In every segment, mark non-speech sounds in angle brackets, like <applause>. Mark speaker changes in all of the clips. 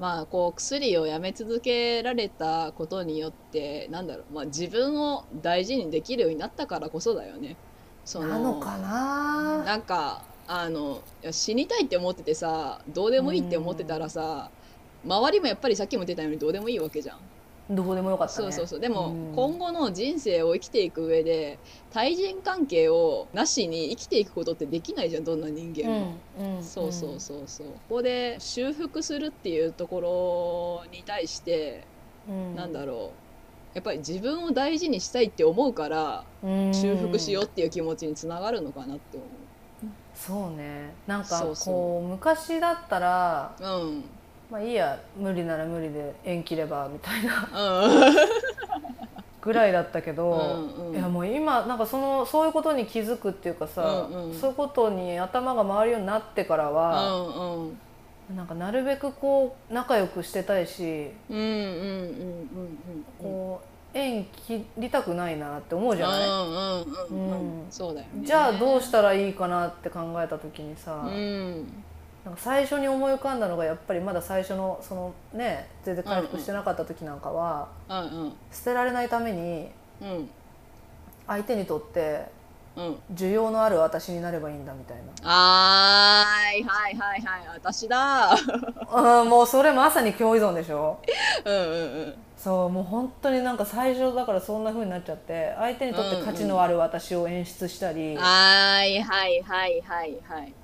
Speaker 1: まあこう薬をやめ続けられたことによってなんだろう、まあ、自分を大事にできるようになったからこそだよね。そ
Speaker 2: なのかな
Speaker 1: なんかあのいや死にたいって思っててさどうでもいいって思ってたらさ、周りもやっぱりさっきも出たようにどうでもいいわけじゃん。
Speaker 2: どうでもよかった
Speaker 1: そ
Speaker 2: ね
Speaker 1: うそうそうでも、
Speaker 2: うん
Speaker 1: 今後の人生を生きていく上で対人関係をなしに生きていくことってできないじゃんどんな人間も。
Speaker 2: うんうん
Speaker 1: そうそうそうそうここで修復するっていうところに対して、
Speaker 2: うん
Speaker 1: なんだろうやっぱり自分を大事にしたいって思うから
Speaker 2: うん
Speaker 1: 修復しようっていう気持ちにつながるのかなって思
Speaker 2: そうねなんかこ
Speaker 1: そううそう
Speaker 2: 昔だったら
Speaker 1: う。うん、
Speaker 2: まあいいや無理なら無理で縁切ればみたいな <laughs>
Speaker 1: うん
Speaker 2: ぐらいだったけど、
Speaker 1: うんうん
Speaker 2: いやもう今なんかそのそういうことに気づくっていうかさ、
Speaker 1: うんうん
Speaker 2: そういうことに頭が回るようになってからは、
Speaker 1: うんうん
Speaker 2: なんかなるべくこう仲良くしてたいし
Speaker 1: うんうんうんうんうん
Speaker 2: こう縁切りたくないなって思うじゃない、
Speaker 1: うんうんうんう
Speaker 2: うん
Speaker 1: んそうだよね
Speaker 2: じゃあどうしたらいいかなって考えた時にさ、
Speaker 1: うん
Speaker 2: なんか最初に思い浮かんだのがやっぱりまだ最初のそのね全然回復してなかった時なんかは、
Speaker 1: うんうん
Speaker 2: 捨てられないために
Speaker 1: うん
Speaker 2: 相手にとって
Speaker 1: うん
Speaker 2: 需要のある私になればいいんだみ
Speaker 1: <laughs>
Speaker 2: たいな
Speaker 1: あーいはいはいはい私だ
Speaker 2: うんもうそれまさに共依存でしょ
Speaker 1: うんうんうん
Speaker 2: そうもう本当になんか最初だからそんな風になっちゃって相手にとって価値のある私を演出したり、
Speaker 1: はいはいはいはいはい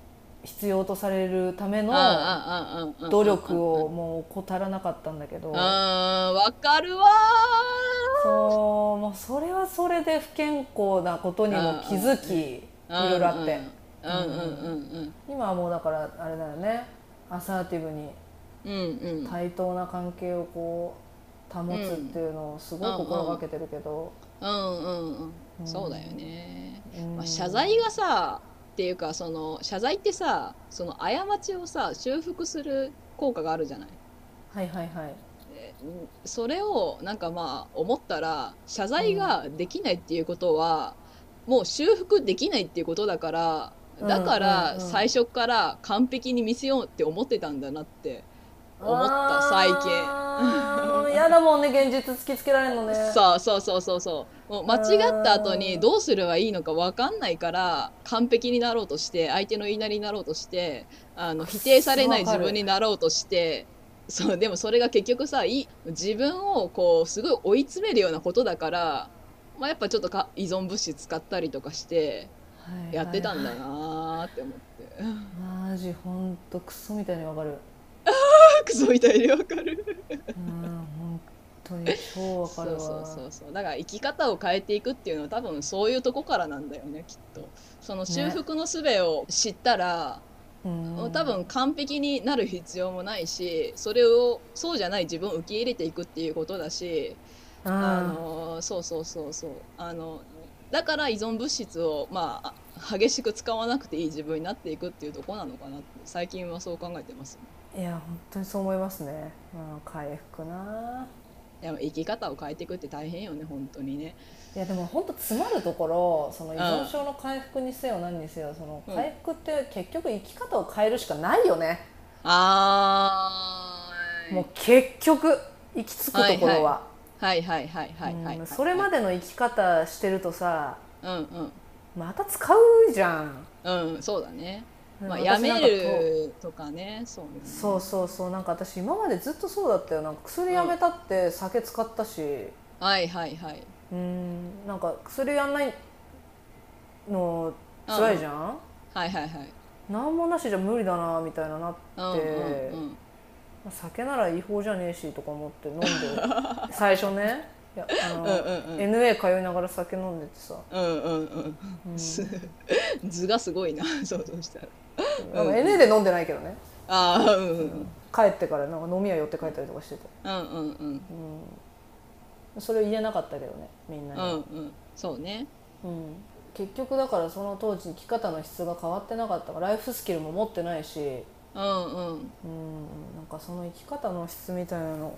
Speaker 2: 必要とされるための
Speaker 1: の
Speaker 2: 努力をもう怠らなかったんだけど
Speaker 1: うんわかるわ
Speaker 2: そうもうそれはそれで不健康なことにも気づきい
Speaker 1: ー
Speaker 2: ろいろあって
Speaker 1: うんうん
Speaker 2: 今はもうだからあれだよねアサーティブに
Speaker 1: うんうんうんうん
Speaker 2: 対等な関係をこう保つっていうのをすごい心がけてるけど、
Speaker 1: うんうん
Speaker 2: う
Speaker 1: うんんそうだよね
Speaker 2: うん
Speaker 1: まあ謝罪がさっていうかその謝罪ってさその過ちをさ修復する効果があるじゃない
Speaker 2: はいはいはい
Speaker 1: うんそれをなんかまあ思ったら謝罪ができないっていうことは、もう修復できないっていうことだからだか
Speaker 2: う
Speaker 1: ら
Speaker 2: んうんうん
Speaker 1: 最初から完璧に見せようって思ってたんだなって思った最近。
Speaker 2: 近嫌だもんね現実突きつけられるのね
Speaker 1: そうそうそうそうそうもう間違った後にどうすればいいのか分かんないから完璧になろうとして相手の言いなりになろうとしてあの
Speaker 2: くっそ
Speaker 1: 否定されない
Speaker 2: わか
Speaker 1: 自
Speaker 2: る
Speaker 1: 分になろうとしてそうでもそれが結局さいい自分をこうすごい追い詰めるようなことだから、まあ、やっぱちょっとか依存物質使ったりとかして
Speaker 2: はいはい
Speaker 1: やってたんだなーって思って。
Speaker 2: マジほんとクソみたいにわかる
Speaker 1: クソみたいにわかる
Speaker 2: うん本当に超わかる
Speaker 1: そう
Speaker 2: わ
Speaker 1: そうそうそうだから生き方を変えていくっていうのは多分そういうとこからなんだよねきっとその修復の術を知ったら、
Speaker 2: うん
Speaker 1: 多分完璧になる必要もないしそれをそうじゃない自分を受け入れていくっていうことだし、
Speaker 2: うん
Speaker 1: あのそうそうそうそうあのだから依存物質をまああ激しく使わなくていい自分になっていくっていうとこなのかなって最近はそう考えてます
Speaker 2: いや本当にそう思いますね、うん、回復な
Speaker 1: でも生き方を変えていくって大変よね本当にね
Speaker 2: いやでも本当詰まるところその依存症の回復にせよ何にせよその
Speaker 1: うん
Speaker 2: 回復って結局生き方を変えるしかないよね、
Speaker 1: あー
Speaker 2: もう結局行き着くところは、
Speaker 1: はいはいはいはいはいはい、
Speaker 2: うんそれま
Speaker 1: で
Speaker 2: での生き方してるとさ
Speaker 1: うん
Speaker 2: また使うじゃん、
Speaker 1: うんうんそうだね、まあ、
Speaker 2: 私
Speaker 1: やめ
Speaker 2: なんかこ
Speaker 1: るとかねそうね
Speaker 2: うそうそうそうなんか私今までずっとそうだったよなんか薬やめたって酒使ったし、
Speaker 1: はいはいはい
Speaker 2: うんなんか薬やんないの辛いじゃん、
Speaker 1: はいはいはい
Speaker 2: なんもなしじゃ無理だなみたいななって、
Speaker 1: うんうんうん
Speaker 2: 酒なら違法じゃねえしとか思って飲んで
Speaker 1: <laughs>
Speaker 2: 最初ねいやあの、
Speaker 1: うんうんうん
Speaker 2: NA 通いながら酒飲んでてさ、
Speaker 1: うんうんうん
Speaker 2: うん
Speaker 1: 図がすごいな <laughs> 想像したら
Speaker 2: なんか NA で飲んでないけどね
Speaker 1: ああうんうん
Speaker 2: 帰ってからなんか飲み屋寄って帰ったりとかしてて、
Speaker 1: うんうんうん
Speaker 2: うん、それ言えなかったけどねみんな
Speaker 1: う
Speaker 2: に、
Speaker 1: んうんそうね
Speaker 2: うん結局だからその当時生き方の質が変わってなかったからライフスキルも持ってないし、
Speaker 1: うんうん
Speaker 2: うんなんかその生き方の質みたいなの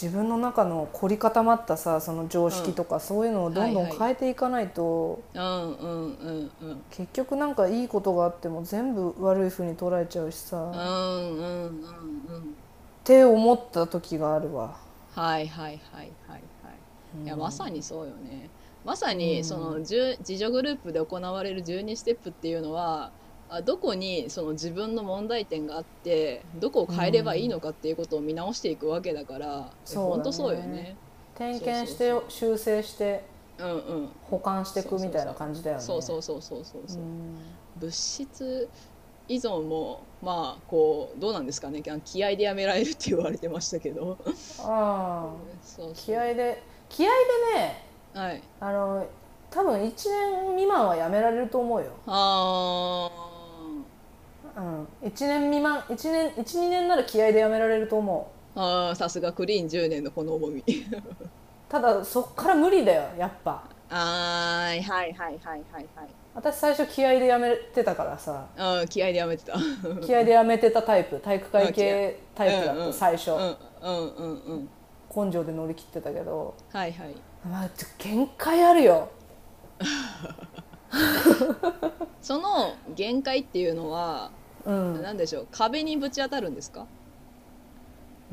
Speaker 2: 自分の中の凝り固まったさその常識とか、そういうのをどんどん
Speaker 1: はいはい
Speaker 2: 変えていかないと、
Speaker 1: うんうんうんうん
Speaker 2: 結局なんかいいことがあっても全部悪い風に捉えちゃうし
Speaker 1: う
Speaker 2: さ、
Speaker 1: んうんうんうん
Speaker 2: て思った時があるわ、
Speaker 1: はいはいはいはいはい。
Speaker 2: うん
Speaker 1: いやまさにそうよねまさ
Speaker 2: うん
Speaker 1: にその10自助グループで行われる12ステップっていうのはあどこにその自分の問題点があってどこを変えればいいのかっていうことを見直していくわけだから、え
Speaker 2: そうだね
Speaker 1: ほんとそうよね
Speaker 2: 点検して
Speaker 1: そう
Speaker 2: 修正して
Speaker 1: うんうん
Speaker 2: 保管していくみたいな感じだよね
Speaker 1: そうそうそうそうそうそう、
Speaker 2: うん
Speaker 1: 物質依存もまあこうどうなんですかねあ気合でやめられるって言われてましたけど
Speaker 2: ああ
Speaker 1: そうそう
Speaker 2: 気合で気合でね
Speaker 1: はい
Speaker 2: あの多分1年未満はやめられると思うよ、
Speaker 1: あー
Speaker 2: うん、1年未満1年12年なら気合でやめられると思う
Speaker 1: あーさすがクリーン10年のこの重み
Speaker 2: ただそっから無理だよやっぱ
Speaker 1: あーはいはいはいはい
Speaker 2: 私最初気合でやめてたから
Speaker 1: <laughs>
Speaker 2: さ
Speaker 1: はい。うん気合でやめてた。うん
Speaker 2: 気合でやめてたタイプ体育会系タイプだ
Speaker 1: うん
Speaker 2: っ
Speaker 1: う
Speaker 2: た
Speaker 1: ん
Speaker 2: 最初、
Speaker 1: うんうんうん。
Speaker 2: 根性で乗り切ってたけど、
Speaker 1: はいはい。
Speaker 2: まあ、ちょ限界あるよ
Speaker 1: その限界っていうのは、
Speaker 2: うん
Speaker 1: なんでしょう壁にぶち当たるんですか？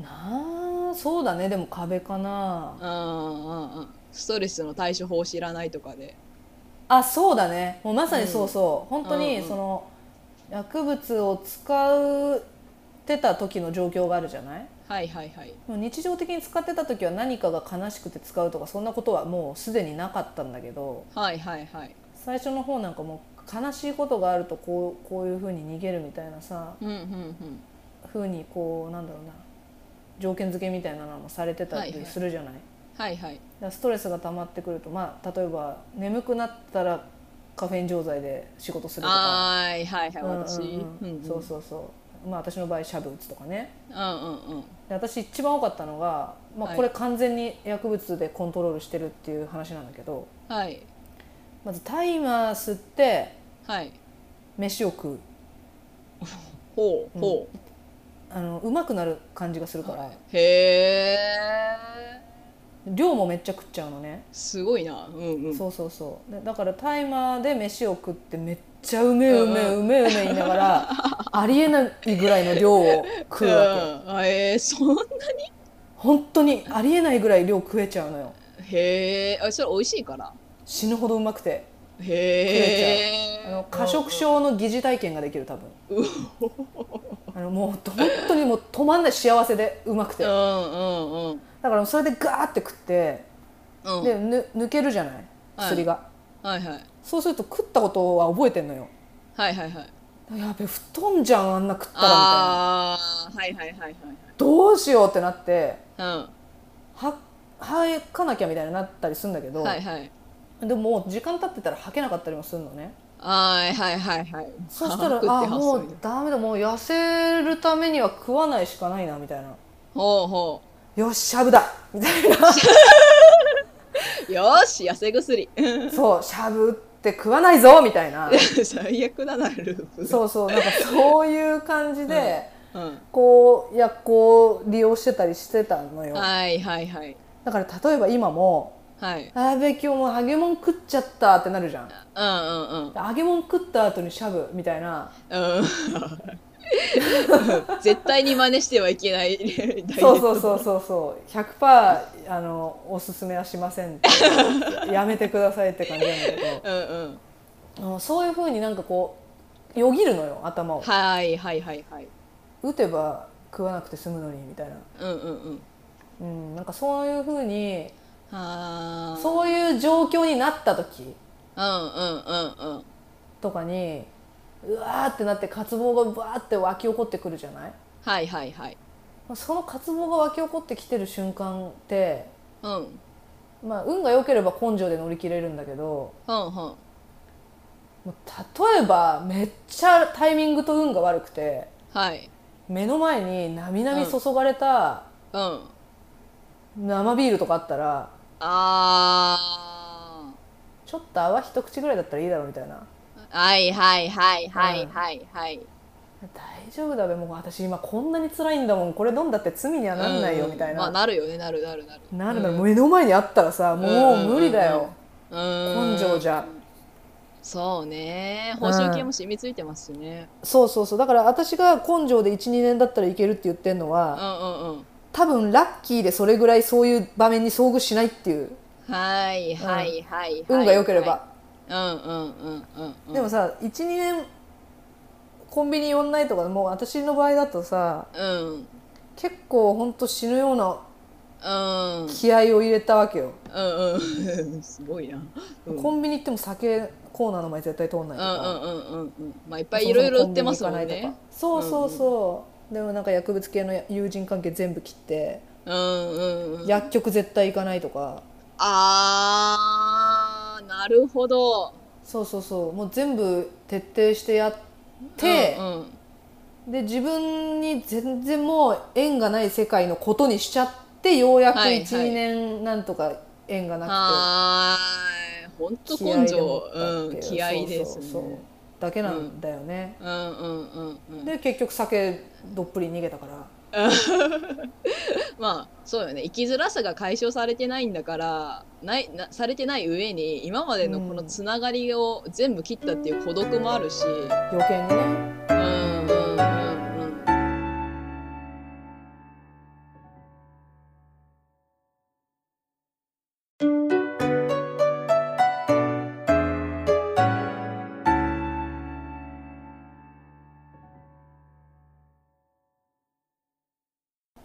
Speaker 2: なあそうだねでも壁かな
Speaker 1: うんうんうん。ストレスの対処法を知らないとかで。
Speaker 2: あそうだねもうまさにそうそう、本当
Speaker 1: うん
Speaker 2: に
Speaker 1: うん
Speaker 2: その、薬物を使ってた時の状況があるじゃない
Speaker 1: はいはいはい。
Speaker 2: もう日常的に使ってた時は何かが悲しくて使うとかそんなことはもうすでになかったんだけど
Speaker 1: はいはいはい。
Speaker 2: 最初の方なんかもう悲しいことがあるとこうこういうふうに逃げるみたいなさ
Speaker 1: うんうんうん。
Speaker 2: ふうにこうなんだろうな条件付けみたいなのもされてた
Speaker 1: はいは
Speaker 2: り
Speaker 1: い
Speaker 2: するじゃない、
Speaker 1: はいはい。
Speaker 2: だからストレスが溜まってくると、まあ、例えば眠くなったらカフェイン錠剤で仕事するとか
Speaker 1: あーはいはいはい私。
Speaker 2: うんうんうん
Speaker 1: ん
Speaker 2: そうそうそう、まあ、私の場合シャブ打つとかね
Speaker 1: うんうんうん。
Speaker 2: で私一番多かったのが、ま
Speaker 1: は
Speaker 2: あ、
Speaker 1: い
Speaker 2: これ完全に薬物でコントロールしてるっていう話なんだけど
Speaker 1: はい
Speaker 2: まずタイマー吸って
Speaker 1: はい。
Speaker 2: 飯を食う
Speaker 1: ほうほう。
Speaker 2: あのうまくなる感じがするから、
Speaker 1: へえ。
Speaker 2: 量もめっちゃ食っちゃうのね、
Speaker 1: すごいな。うんうん。
Speaker 2: そうそうそうでだからタイマーで飯を食ってめっちゃうめえうめえうめえうめえ言いな
Speaker 1: <laughs>
Speaker 2: がらありえないぐらいの量を食うわけ
Speaker 1: うんあえー、そんな
Speaker 2: 本当にありえないぐらい量食えちゃうのよ
Speaker 1: へえそれ美味しいから
Speaker 2: 死ぬほどうまくて
Speaker 1: へえ
Speaker 2: あの過食症の疑似体験ができる多分あのもう本当にもう止まんない幸せでうまくて
Speaker 1: う
Speaker 2: だ
Speaker 1: んうんうん
Speaker 2: からそれでガーって食って
Speaker 1: うん
Speaker 2: でぬ抜けるじゃない
Speaker 1: はい
Speaker 2: 薬が、
Speaker 1: はいはい
Speaker 2: そうすると食ったことは覚えてんのよ
Speaker 1: はいはいはい
Speaker 2: やべ太んじゃんあんな食ったらみたいな
Speaker 1: ああーはいはいはい
Speaker 2: どうしようってなって
Speaker 1: はい
Speaker 2: は吐かなきゃみたいになったりするんだけ
Speaker 1: う
Speaker 2: ど、
Speaker 1: んはいはい
Speaker 2: でももう時間経ってたら吐けなかったりもするの
Speaker 1: <laughs>
Speaker 2: ね
Speaker 1: はいはいはいはい
Speaker 2: そしたら
Speaker 1: 食って
Speaker 2: あ
Speaker 1: 発
Speaker 2: も
Speaker 1: 想
Speaker 2: う
Speaker 1: に
Speaker 2: ダメだもう痩せるためには食わないしかないなみたいな
Speaker 1: ほうほ
Speaker 2: よししゃぶだみた
Speaker 1: <laughs>
Speaker 2: いな
Speaker 1: うよーし痩せ薬
Speaker 2: そうしゃぶって食わないぞみたいな
Speaker 1: <laughs> 最悪だなループ
Speaker 2: そうそうなんかそういう感じで、
Speaker 1: うん
Speaker 2: こう薬効を利用してたりしてたのよ
Speaker 1: はいはいはい
Speaker 2: だから例えば今も
Speaker 1: はい
Speaker 2: あやべ今日もう揚げ物食っちゃったってなるじゃん
Speaker 1: うんうんうん
Speaker 2: 揚げ物食った後にしゃぶみた
Speaker 1: <laughs>
Speaker 2: いな
Speaker 1: うん絶対に真似してはいけない <laughs>
Speaker 2: そうそうそうそうそう100%あのおすすめはしませんってやめてくださいって感じなんだけ
Speaker 1: うんうん
Speaker 2: どうんそういうふうになんかこうよぎるのよ頭を
Speaker 1: はいはいはいはい
Speaker 2: 打てば食わなくて済むのにみたいな、
Speaker 1: うんうんうん
Speaker 2: うん、なんかそういうふうに
Speaker 1: あー
Speaker 2: そういう状況になった時
Speaker 1: うんうんうんうん
Speaker 2: とかにうわーってなって渇望がバーって湧き起こってくるじゃない
Speaker 1: はいはいはい
Speaker 2: その渇望が湧き起こってきてる瞬間って、
Speaker 1: うんうん
Speaker 2: まあ、運が良ければ根性で乗り切れるんだけど
Speaker 1: うん
Speaker 2: もう例えばめっちゃタイミングと運が悪くて
Speaker 1: はい
Speaker 2: 目の前になみなみ注がれた
Speaker 1: うん
Speaker 2: 生ビールとかあったら
Speaker 1: あ
Speaker 2: ちょっと泡一口ぐらいだったらいいだろうみたいな
Speaker 1: ーはいはいはいはいはいはい
Speaker 2: 大丈夫だべもう私今こんなに辛いんだもんこれ飲んだって罪にはなんないよみたい
Speaker 1: うんまあ
Speaker 2: な、
Speaker 1: なるよねなるなるなる
Speaker 2: なるなら目の前にあったらさもう無理だよ、
Speaker 1: うん
Speaker 2: 根性じゃ
Speaker 1: そうね報酬系も染みついてますしね、
Speaker 2: そうそうそうだから私が根性で12年だったらいけるって言ってるの
Speaker 1: うん、う
Speaker 2: は
Speaker 1: んうん
Speaker 2: 多分ラッキーでそれぐらいそういう場面に遭遇しないっていう
Speaker 1: はいはいはい、はい
Speaker 2: 運が良ければ、
Speaker 1: うんうんうんうんうん
Speaker 2: でもさ12年コンビニ寄んないとかもう私の場合だとさ
Speaker 1: うんうん
Speaker 2: 結構ほんと死ぬような
Speaker 1: うん
Speaker 2: 気合を入れたわけよ、
Speaker 1: うん <laughs> すごいな、うん、うん
Speaker 2: コンビニ行っても酒コーナーの前絶対通んないと
Speaker 1: う
Speaker 2: か、
Speaker 1: んうんうんうんまあいっぱいいろいろ売ってますもん
Speaker 2: そもそもコンビ
Speaker 1: ね
Speaker 2: ニ行かないとかそうそうそう、でもなんか薬物系の友人関係全部切って、
Speaker 1: うんうんうん
Speaker 2: 薬局絶対行かないとか
Speaker 1: あーなるほど
Speaker 2: そうそうそうもう全部徹底してやって、
Speaker 1: うんうん
Speaker 2: で自分に全然もう縁がない世界のことにしちゃってようやく12、
Speaker 1: はいはい
Speaker 2: 年なんとか縁がな
Speaker 1: はーい本
Speaker 2: く
Speaker 1: 当
Speaker 2: て
Speaker 1: 根
Speaker 2: で持
Speaker 1: 性
Speaker 2: ったっ
Speaker 1: う
Speaker 2: て
Speaker 1: ん
Speaker 2: いう
Speaker 1: 気合いです
Speaker 2: そう
Speaker 1: ね
Speaker 2: そうそうだけなんだよね、
Speaker 1: うんうんうんうん
Speaker 2: で結局酒どっぷり逃げたから
Speaker 1: まあそうよね生きづらさが解消されてないんだからないなされてない上に今までのこのつながりを全部切ったっていう孤独もあるし、
Speaker 2: 余計にね
Speaker 1: うんうんうんうん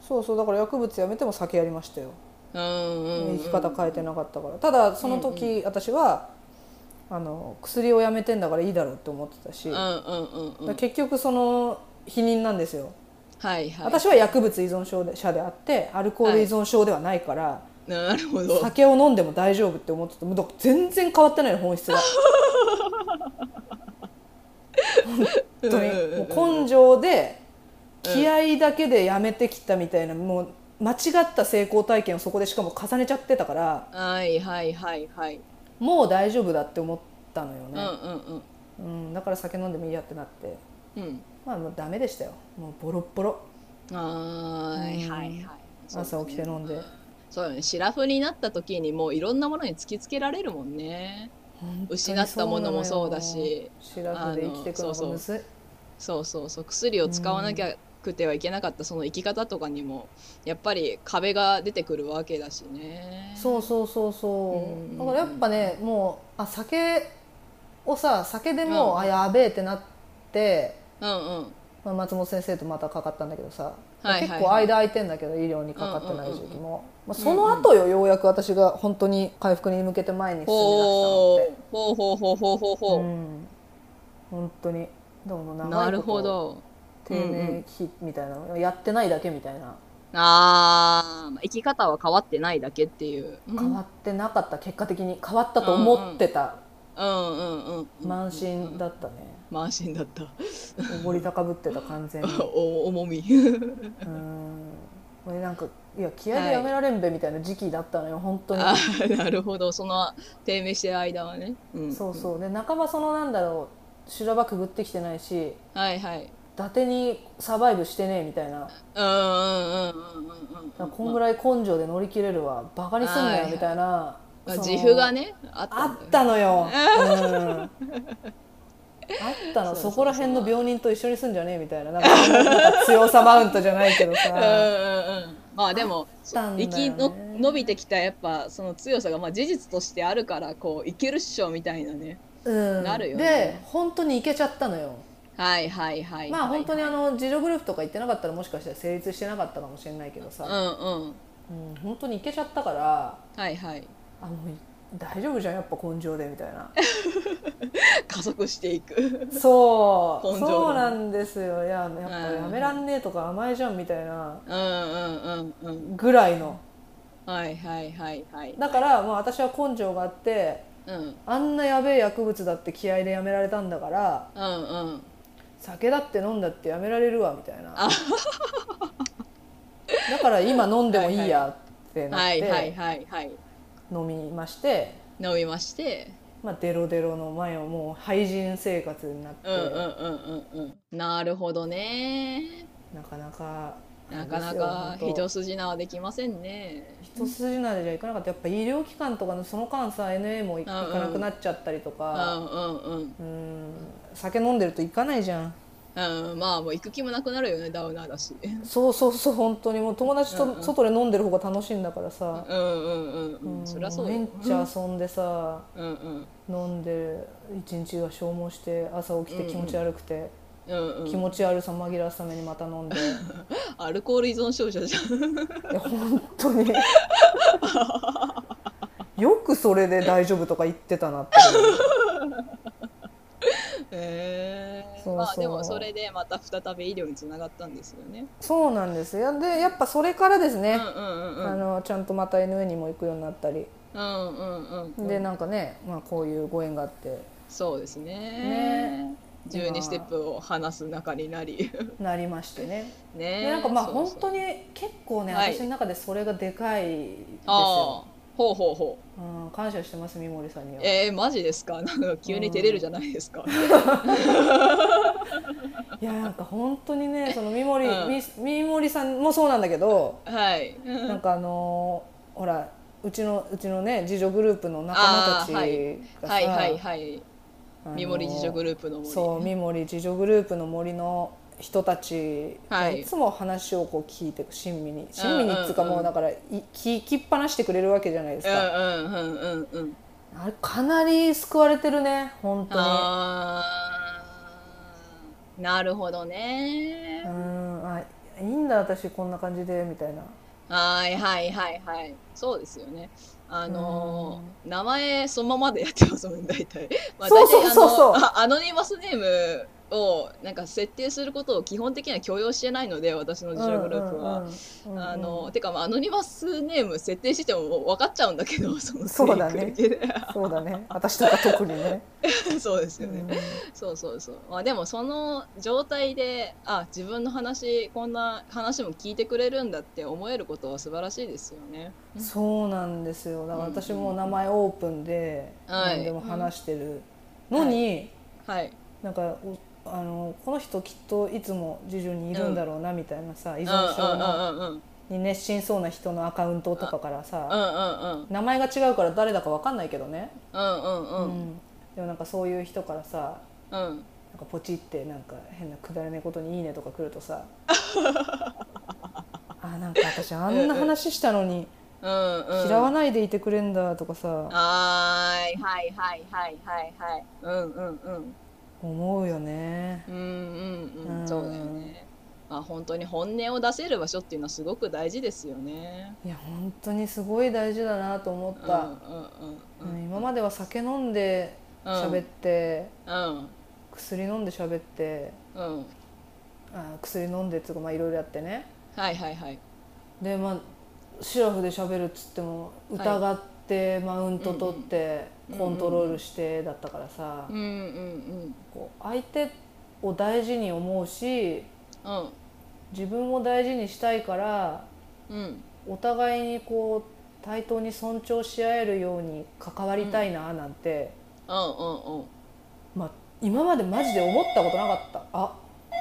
Speaker 2: そうそうだから薬物やめても酒やりましたよ
Speaker 1: うんうんうん
Speaker 2: 生き方変えてなかったからただその時、私はあの薬をやめてんだからいいだろうって思ってたし、
Speaker 1: う
Speaker 2: だか
Speaker 1: んうんうんう
Speaker 2: ら
Speaker 1: ん
Speaker 2: 結局その否認なんですよ、
Speaker 1: はいはい
Speaker 2: 私は薬物依存症者であってアルコール依存症ではないから、
Speaker 1: なるほど
Speaker 2: 酒を飲んでも大丈夫って思っててもうだから全然変わってないの本質が本当に
Speaker 1: うんうんうん
Speaker 2: もう根性で気合だけでやめてきたみたいな、もう間違った成功体験をそこでしかも重ねちゃってたから
Speaker 1: はいはいはいはい
Speaker 2: もう大丈夫だって思ったのよ
Speaker 1: うんう
Speaker 2: ね、
Speaker 1: んうん
Speaker 2: うんだから酒飲んでもいいやってなって
Speaker 1: うん
Speaker 2: まあもうダメでしたよもうボロッボロ
Speaker 1: はーいはいはい
Speaker 2: 朝起きて飲んで
Speaker 1: そうよねシラフになった時にもういろんなものに突きつけられるもんね
Speaker 2: 本当に
Speaker 1: 失ったものもそうだし
Speaker 2: そうなのよシラフで生きてくのがむずい
Speaker 1: そうそうそう薬を使わなきゃくてはいけなかったその生き方とかにもやっぱり壁が出てくるわけだしね
Speaker 2: そうそうそうそう、
Speaker 1: うんうんうん
Speaker 2: だからやっぱねもうあ酒をさ酒でもう、
Speaker 1: うん
Speaker 2: あやべえってなって、
Speaker 1: うんうん
Speaker 2: まあ、松本先生とまたかかったんだけどさ、
Speaker 1: はいはいはい
Speaker 2: 結構間空いてんだけど医療にかかってない時期も、
Speaker 1: うん
Speaker 2: まあ、その後よ、ようやく私が本当に回復に向けて前に進み出
Speaker 1: ほ
Speaker 2: し
Speaker 1: うほうほうほうほうほうほ
Speaker 2: たのって、うん、本当にでももう
Speaker 1: う
Speaker 2: 長いこと
Speaker 1: なるほど
Speaker 2: 定年期みたいなのやってないだけみたいな
Speaker 1: あーまあ生き方は変わってないだけっていううん
Speaker 2: 変わってなかった結果的に変わったと思ってた、
Speaker 1: うんうんうんうん
Speaker 2: 満身だったね、
Speaker 1: 満身だった
Speaker 2: おごり高ぶってた完全に
Speaker 1: お重み
Speaker 2: うん俺なんかいや気合でやめられんべみたいな時期だったのよ本当に、
Speaker 1: あーなるほどその低迷してる間はね、うん、
Speaker 2: そうそうで半ばそのなんだろう修羅場くぐってきてないし
Speaker 1: はいはい
Speaker 2: 伊達にサバイブしてねえみたいな
Speaker 1: うんうんうんうんうんうん
Speaker 2: こんぐらい根性で乗り切れるわバカにすんなよみたいな
Speaker 1: まあ
Speaker 2: その
Speaker 1: 自負がねあった
Speaker 2: あ
Speaker 1: んだ
Speaker 2: ったのよ、うんあった
Speaker 1: そうそうそ
Speaker 2: の
Speaker 1: う
Speaker 2: そこら辺の病人と一緒に住んじゃねえみたいななんかなんか強さマウントじゃないけどさ、
Speaker 1: うんうんうんまあでも
Speaker 2: たんだ
Speaker 1: 生
Speaker 2: よね
Speaker 1: きの伸びてきたやっぱその強さがまあ事実としてあるからこういけるっしょみたいなね
Speaker 2: うん、
Speaker 1: なるよね
Speaker 2: で本当にいけちゃったのよ
Speaker 1: はいはいはい
Speaker 2: まあ
Speaker 1: はい
Speaker 2: 本当にあの自助グループとか行ってなかったらもしかしたら成立してなかったかもしれないけどさ、
Speaker 1: うんうん
Speaker 2: うん本当に行けちゃったから
Speaker 1: はいはい
Speaker 2: あもう大丈夫じゃんやっぱ根性でみたいな
Speaker 1: 加速していく
Speaker 2: そう
Speaker 1: <laughs> 根性で
Speaker 2: そうなんですよいややっぱ
Speaker 1: うん
Speaker 2: やめらんねえとか甘えじゃんみたいな
Speaker 1: うんうんうんうん
Speaker 2: ぐらいの
Speaker 1: はいはいはいはい
Speaker 2: だからまあ私は根性があって
Speaker 1: うん
Speaker 2: あんなやべえ薬物だって気合でやめられたんだから
Speaker 1: うんうん
Speaker 2: 酒だって飲んだってやめられるわみたいなだから今飲んでもいいやってなっ
Speaker 1: はいはい
Speaker 2: て
Speaker 1: はいはい
Speaker 2: 飲みまして、
Speaker 1: 飲みまして
Speaker 2: まあ、デロデロの前をもう廃人生活になって、
Speaker 1: うんうんうんうんうんなるほどね
Speaker 2: なかなか
Speaker 1: なかなか
Speaker 2: そうですよ
Speaker 1: 一筋縄できませんね。
Speaker 2: 一筋縄じゃいかなかったやっぱ医療機関とかのその間さ NA も行かなくなっちゃったりと
Speaker 1: う
Speaker 2: か、
Speaker 1: んうんうん。
Speaker 2: うん酒飲んでると行かないじゃん
Speaker 1: うん、まあもう行く気もなくなるよね、ダウナーだし。
Speaker 2: そうそうそう本当にもう友達
Speaker 1: うんう
Speaker 2: と
Speaker 1: ん
Speaker 2: 外で飲んでる方が楽しいんだからさ、
Speaker 1: うんうんうん
Speaker 2: う
Speaker 1: うんん。そりゃそうよ。
Speaker 2: めっちゃ遊んでさ
Speaker 1: うんうん
Speaker 2: 飲んで一日が消耗して朝起きて気持ち悪くて、
Speaker 1: うんう
Speaker 2: 気
Speaker 1: ん。
Speaker 2: 持ち悪さ紛らわすためにまた飲んでい
Speaker 1: アルコール依存症者じゃ
Speaker 2: <laughs>
Speaker 1: ん。
Speaker 2: や本
Speaker 1: <laughs>
Speaker 2: 当によくそれで大丈夫とか言ってたなって
Speaker 1: へえ
Speaker 2: そうそう
Speaker 1: まあでもそれでまた再び医療につながったんですよね。
Speaker 2: そうなんですよでやっぱそれからです
Speaker 1: うん
Speaker 2: ね
Speaker 1: う、んうん
Speaker 2: あのちゃんとまた NA にも行くようになったり、
Speaker 1: うんうんうん。
Speaker 2: でなんかね、まあ、こういうご縁があって
Speaker 1: そうですね。
Speaker 2: ね
Speaker 1: 12ステップを話す中になり。 <laughs>
Speaker 2: なりましてね
Speaker 1: ね
Speaker 2: でなんかまあ
Speaker 1: そうそう
Speaker 2: 本当に結構ね
Speaker 1: はい
Speaker 2: 私の中でそれがでかいです
Speaker 1: あ
Speaker 2: よ、
Speaker 1: あほうほうほう
Speaker 2: うん、感謝してます三森さんには
Speaker 1: えー、マジですかなんか急に照れるじゃないです
Speaker 2: <laughs>
Speaker 1: か、
Speaker 2: いやなんか本当
Speaker 1: <laughs>
Speaker 2: にねその三森、
Speaker 1: うん
Speaker 2: み三森さんもそうなんだけど
Speaker 1: はい
Speaker 2: なんかあのーほらうちのうちのね自助グループの仲間たち
Speaker 1: あーはい
Speaker 2: がさ
Speaker 1: はいはいはい
Speaker 2: あのー
Speaker 1: 三森自助グループの森
Speaker 2: そう三森自助グループの森の人たちが
Speaker 1: はい
Speaker 2: いつも話をこう聞いて親身に親身にっつうか
Speaker 1: うんうんうん
Speaker 2: もうだからい聞きっぱなしてくれるわけじゃないですか、
Speaker 1: うんうんうんうんうん
Speaker 2: あれかなり救われてるね本当に
Speaker 1: あーなるほどね
Speaker 2: う、んあいいんだ私こんな感じでみたいな
Speaker 1: はいはいはいはいそうですよねあのー名前そのままでやってますもん大体、まあ、
Speaker 2: そうそうそうそう
Speaker 1: 大体あのあアノニマスネームをなんか設定することを基本的には許容してないので私の自助グループは、
Speaker 2: うんうんうんうん
Speaker 1: あのてか、まあ、アノニマスネーム設定してももう分かっちゃうんだけどその
Speaker 2: そうだね
Speaker 1: スニークだ
Speaker 2: そうだね私とか特にね、
Speaker 1: けで <laughs> そうですよね、
Speaker 2: うん
Speaker 1: そうそうそう、まあ、でもその状態であ自分の話こんな話も聞いてくれるんだって思えることは素晴らしいですよね
Speaker 2: そうなんですよだから私も名前オープンで
Speaker 1: はい
Speaker 2: 何でも話してるのに、
Speaker 1: はい
Speaker 2: なんかおあのこの人きっといつも自助にいるんだろうなみたいなさ、依存症の
Speaker 1: うんうんうん
Speaker 2: に熱心そうな人のアカウントとかから
Speaker 1: う
Speaker 2: さ、
Speaker 1: んうん
Speaker 2: 名前が違うから誰だかわかんないけどね、
Speaker 1: うんう
Speaker 2: うん
Speaker 1: うん
Speaker 2: んでもなんかそういう人からさ
Speaker 1: うん
Speaker 2: なんかポチってなんか変なくだらないことに「いいね」とか来る
Speaker 1: <laughs>
Speaker 2: とさあなんか私あんな話したのに
Speaker 1: うんうん
Speaker 2: 嫌わないでいてくれんだとかさ、
Speaker 1: はいはいはいはいはいはいうんうんうん
Speaker 2: 思うよね。
Speaker 1: うんうん
Speaker 2: う
Speaker 1: うんん、そうだよね。まあ本当に本音を出せる場所っていうのはすごく大事ですよね。
Speaker 2: いや本当にすごい大事だなと思
Speaker 1: うん
Speaker 2: っ
Speaker 1: う
Speaker 2: た。
Speaker 1: んう
Speaker 2: うん
Speaker 1: ん
Speaker 2: 今までは酒飲んで喋って、
Speaker 1: うん
Speaker 2: 薬飲んで喋って
Speaker 1: うんうん
Speaker 2: あ薬飲んでっていうかまあいろいろやってね
Speaker 1: はいはいはい。
Speaker 2: でまあシラフで喋るっつっても疑って、マウント取って、
Speaker 1: うんうん
Speaker 2: コントロールしてだったからさ、
Speaker 1: うんうん
Speaker 2: こう相手を大事に思うし
Speaker 1: うん
Speaker 2: 自分を大事にしたいから
Speaker 1: うんうん
Speaker 2: お互いにこう対等に尊重し合えるように関わりたいななんて、
Speaker 1: うんうんうん。
Speaker 2: まあ、今までマジで思ったことなかったあ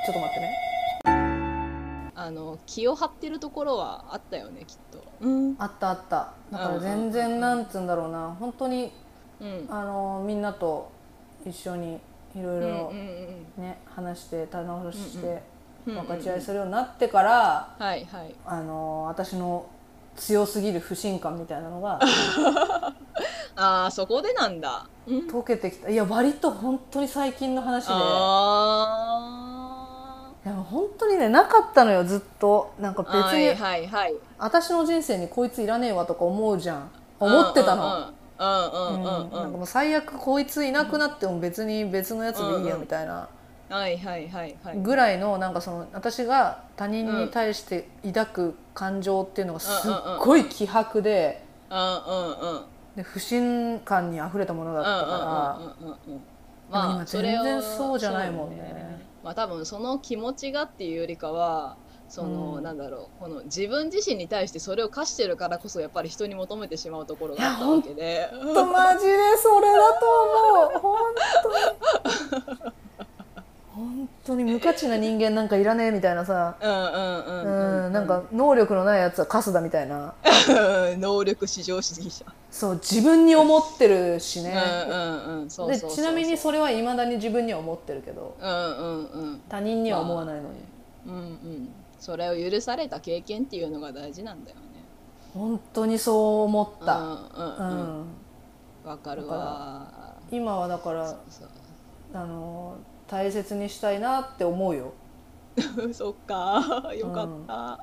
Speaker 2: ちょっと待ってね
Speaker 1: あの気を張ってるところはあったよねきっと。うん
Speaker 2: あったあっただから全
Speaker 1: うん
Speaker 2: 然なんつうんだろうな本当に
Speaker 1: うん
Speaker 2: あのみんなと一緒にいろ
Speaker 1: う
Speaker 2: い
Speaker 1: ん
Speaker 2: ろ
Speaker 1: うん
Speaker 2: ね話して棚卸しし
Speaker 1: うんうん
Speaker 2: て
Speaker 1: うん
Speaker 2: 分かち合いするようになってから
Speaker 1: はいはい。
Speaker 2: あの私の強すぎる不信感みたいなの
Speaker 1: <laughs>
Speaker 2: が
Speaker 1: ああそこでなんだ。うん
Speaker 2: 溶けてきたいや割と本当に最近の話で
Speaker 1: あ
Speaker 2: いや本当にねなかったのよずっとなんか
Speaker 1: あ。
Speaker 2: 別
Speaker 1: はいはい
Speaker 2: に
Speaker 1: はい。
Speaker 2: 私の人生にこいついらねえわとか思うじゃん思ってたの。
Speaker 1: うん
Speaker 2: う
Speaker 1: うんんうんうんうん
Speaker 2: なん
Speaker 1: うん
Speaker 2: かもう最悪こいついなくなっても別に別のやつでいいやみたいな
Speaker 1: はいはいはいはい。
Speaker 2: ぐらいのなんかその私が他人に対して抱く感情っていうのがすっごい希薄で
Speaker 1: うんうんうん。
Speaker 2: で不信感にあふれたものだったか
Speaker 1: うんうんうんうんうん
Speaker 2: でも
Speaker 1: ま
Speaker 2: 今
Speaker 1: あそれを
Speaker 2: 全然そうじゃないもんね
Speaker 1: そうだよまあ多分その気持ちがっていうよりかはその、
Speaker 2: うん
Speaker 1: なんだろうこの自分自身に対してそれを課してるからこそやっぱり人に求めてしまうところがあったわけで
Speaker 2: らとマジでそれだと思う本当に本当に無価値な人間なんかいらねえみたいなさ
Speaker 1: うんうんう
Speaker 2: うん
Speaker 1: ん、う
Speaker 2: なんか能力のないやつはカスだみたいな
Speaker 1: うん <laughs> 能力至上主義者、
Speaker 2: そう自分に思ってるしね、
Speaker 1: うんうんうんそう
Speaker 2: で
Speaker 1: そうそうそう
Speaker 2: ちなみにそれはいまだに自分には思ってるけど
Speaker 1: うんうんうん
Speaker 2: 他人には思わないのに、
Speaker 1: うんうんそれを許された経験っていうのが大事なんだよね
Speaker 2: 本当にそう思った、
Speaker 1: うん
Speaker 2: う
Speaker 1: うん
Speaker 2: ん
Speaker 1: うんわかるわ
Speaker 2: 今はだから
Speaker 1: そう
Speaker 2: あの大切にしたいなって思うよ
Speaker 1: そう <laughs> そっかよかった、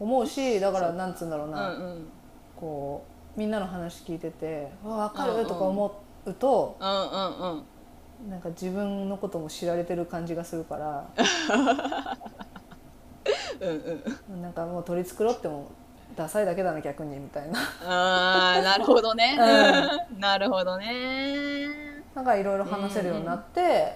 Speaker 2: 思うしだから
Speaker 1: そう
Speaker 2: なんつうんだろう
Speaker 1: うん、
Speaker 2: な、
Speaker 1: うんうん
Speaker 2: こうみんなの話聞いてて「わ分か
Speaker 1: うんう
Speaker 2: る」
Speaker 1: ん
Speaker 2: とか思うと、
Speaker 1: うんうん
Speaker 2: なんか自分のことも知られてる感じがするから
Speaker 1: うんうん
Speaker 2: <laughs> なんかもう取り繕ってもダサいだけだな逆にみたいな
Speaker 1: <laughs> あーなるほどね、
Speaker 2: う
Speaker 1: なるほどね
Speaker 2: なんかいろいろ話せるようになって、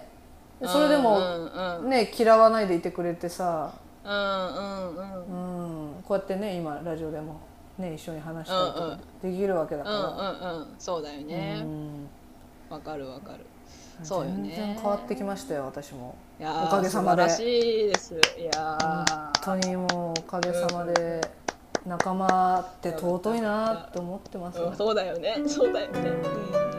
Speaker 2: でそれで
Speaker 1: う
Speaker 2: も、
Speaker 1: んうんうん
Speaker 2: ね嫌わないでいてくれてさ、
Speaker 1: うんうんうん
Speaker 2: うん、こうやってね今ラジオでも、ね、一緒に話したりとかできるわけだか
Speaker 1: う
Speaker 2: ら。
Speaker 1: んうんうんそうだよね
Speaker 2: うん
Speaker 1: わ、かるわかるそうよね
Speaker 2: 全然変わってきましたよ私も
Speaker 1: いやー
Speaker 2: おかげさま
Speaker 1: 素晴ら
Speaker 2: で
Speaker 1: しいですいやー
Speaker 2: 本当にもうおかげさまで仲間って尊いなって思ってますよ
Speaker 1: うんそうだよねそうだよね、うん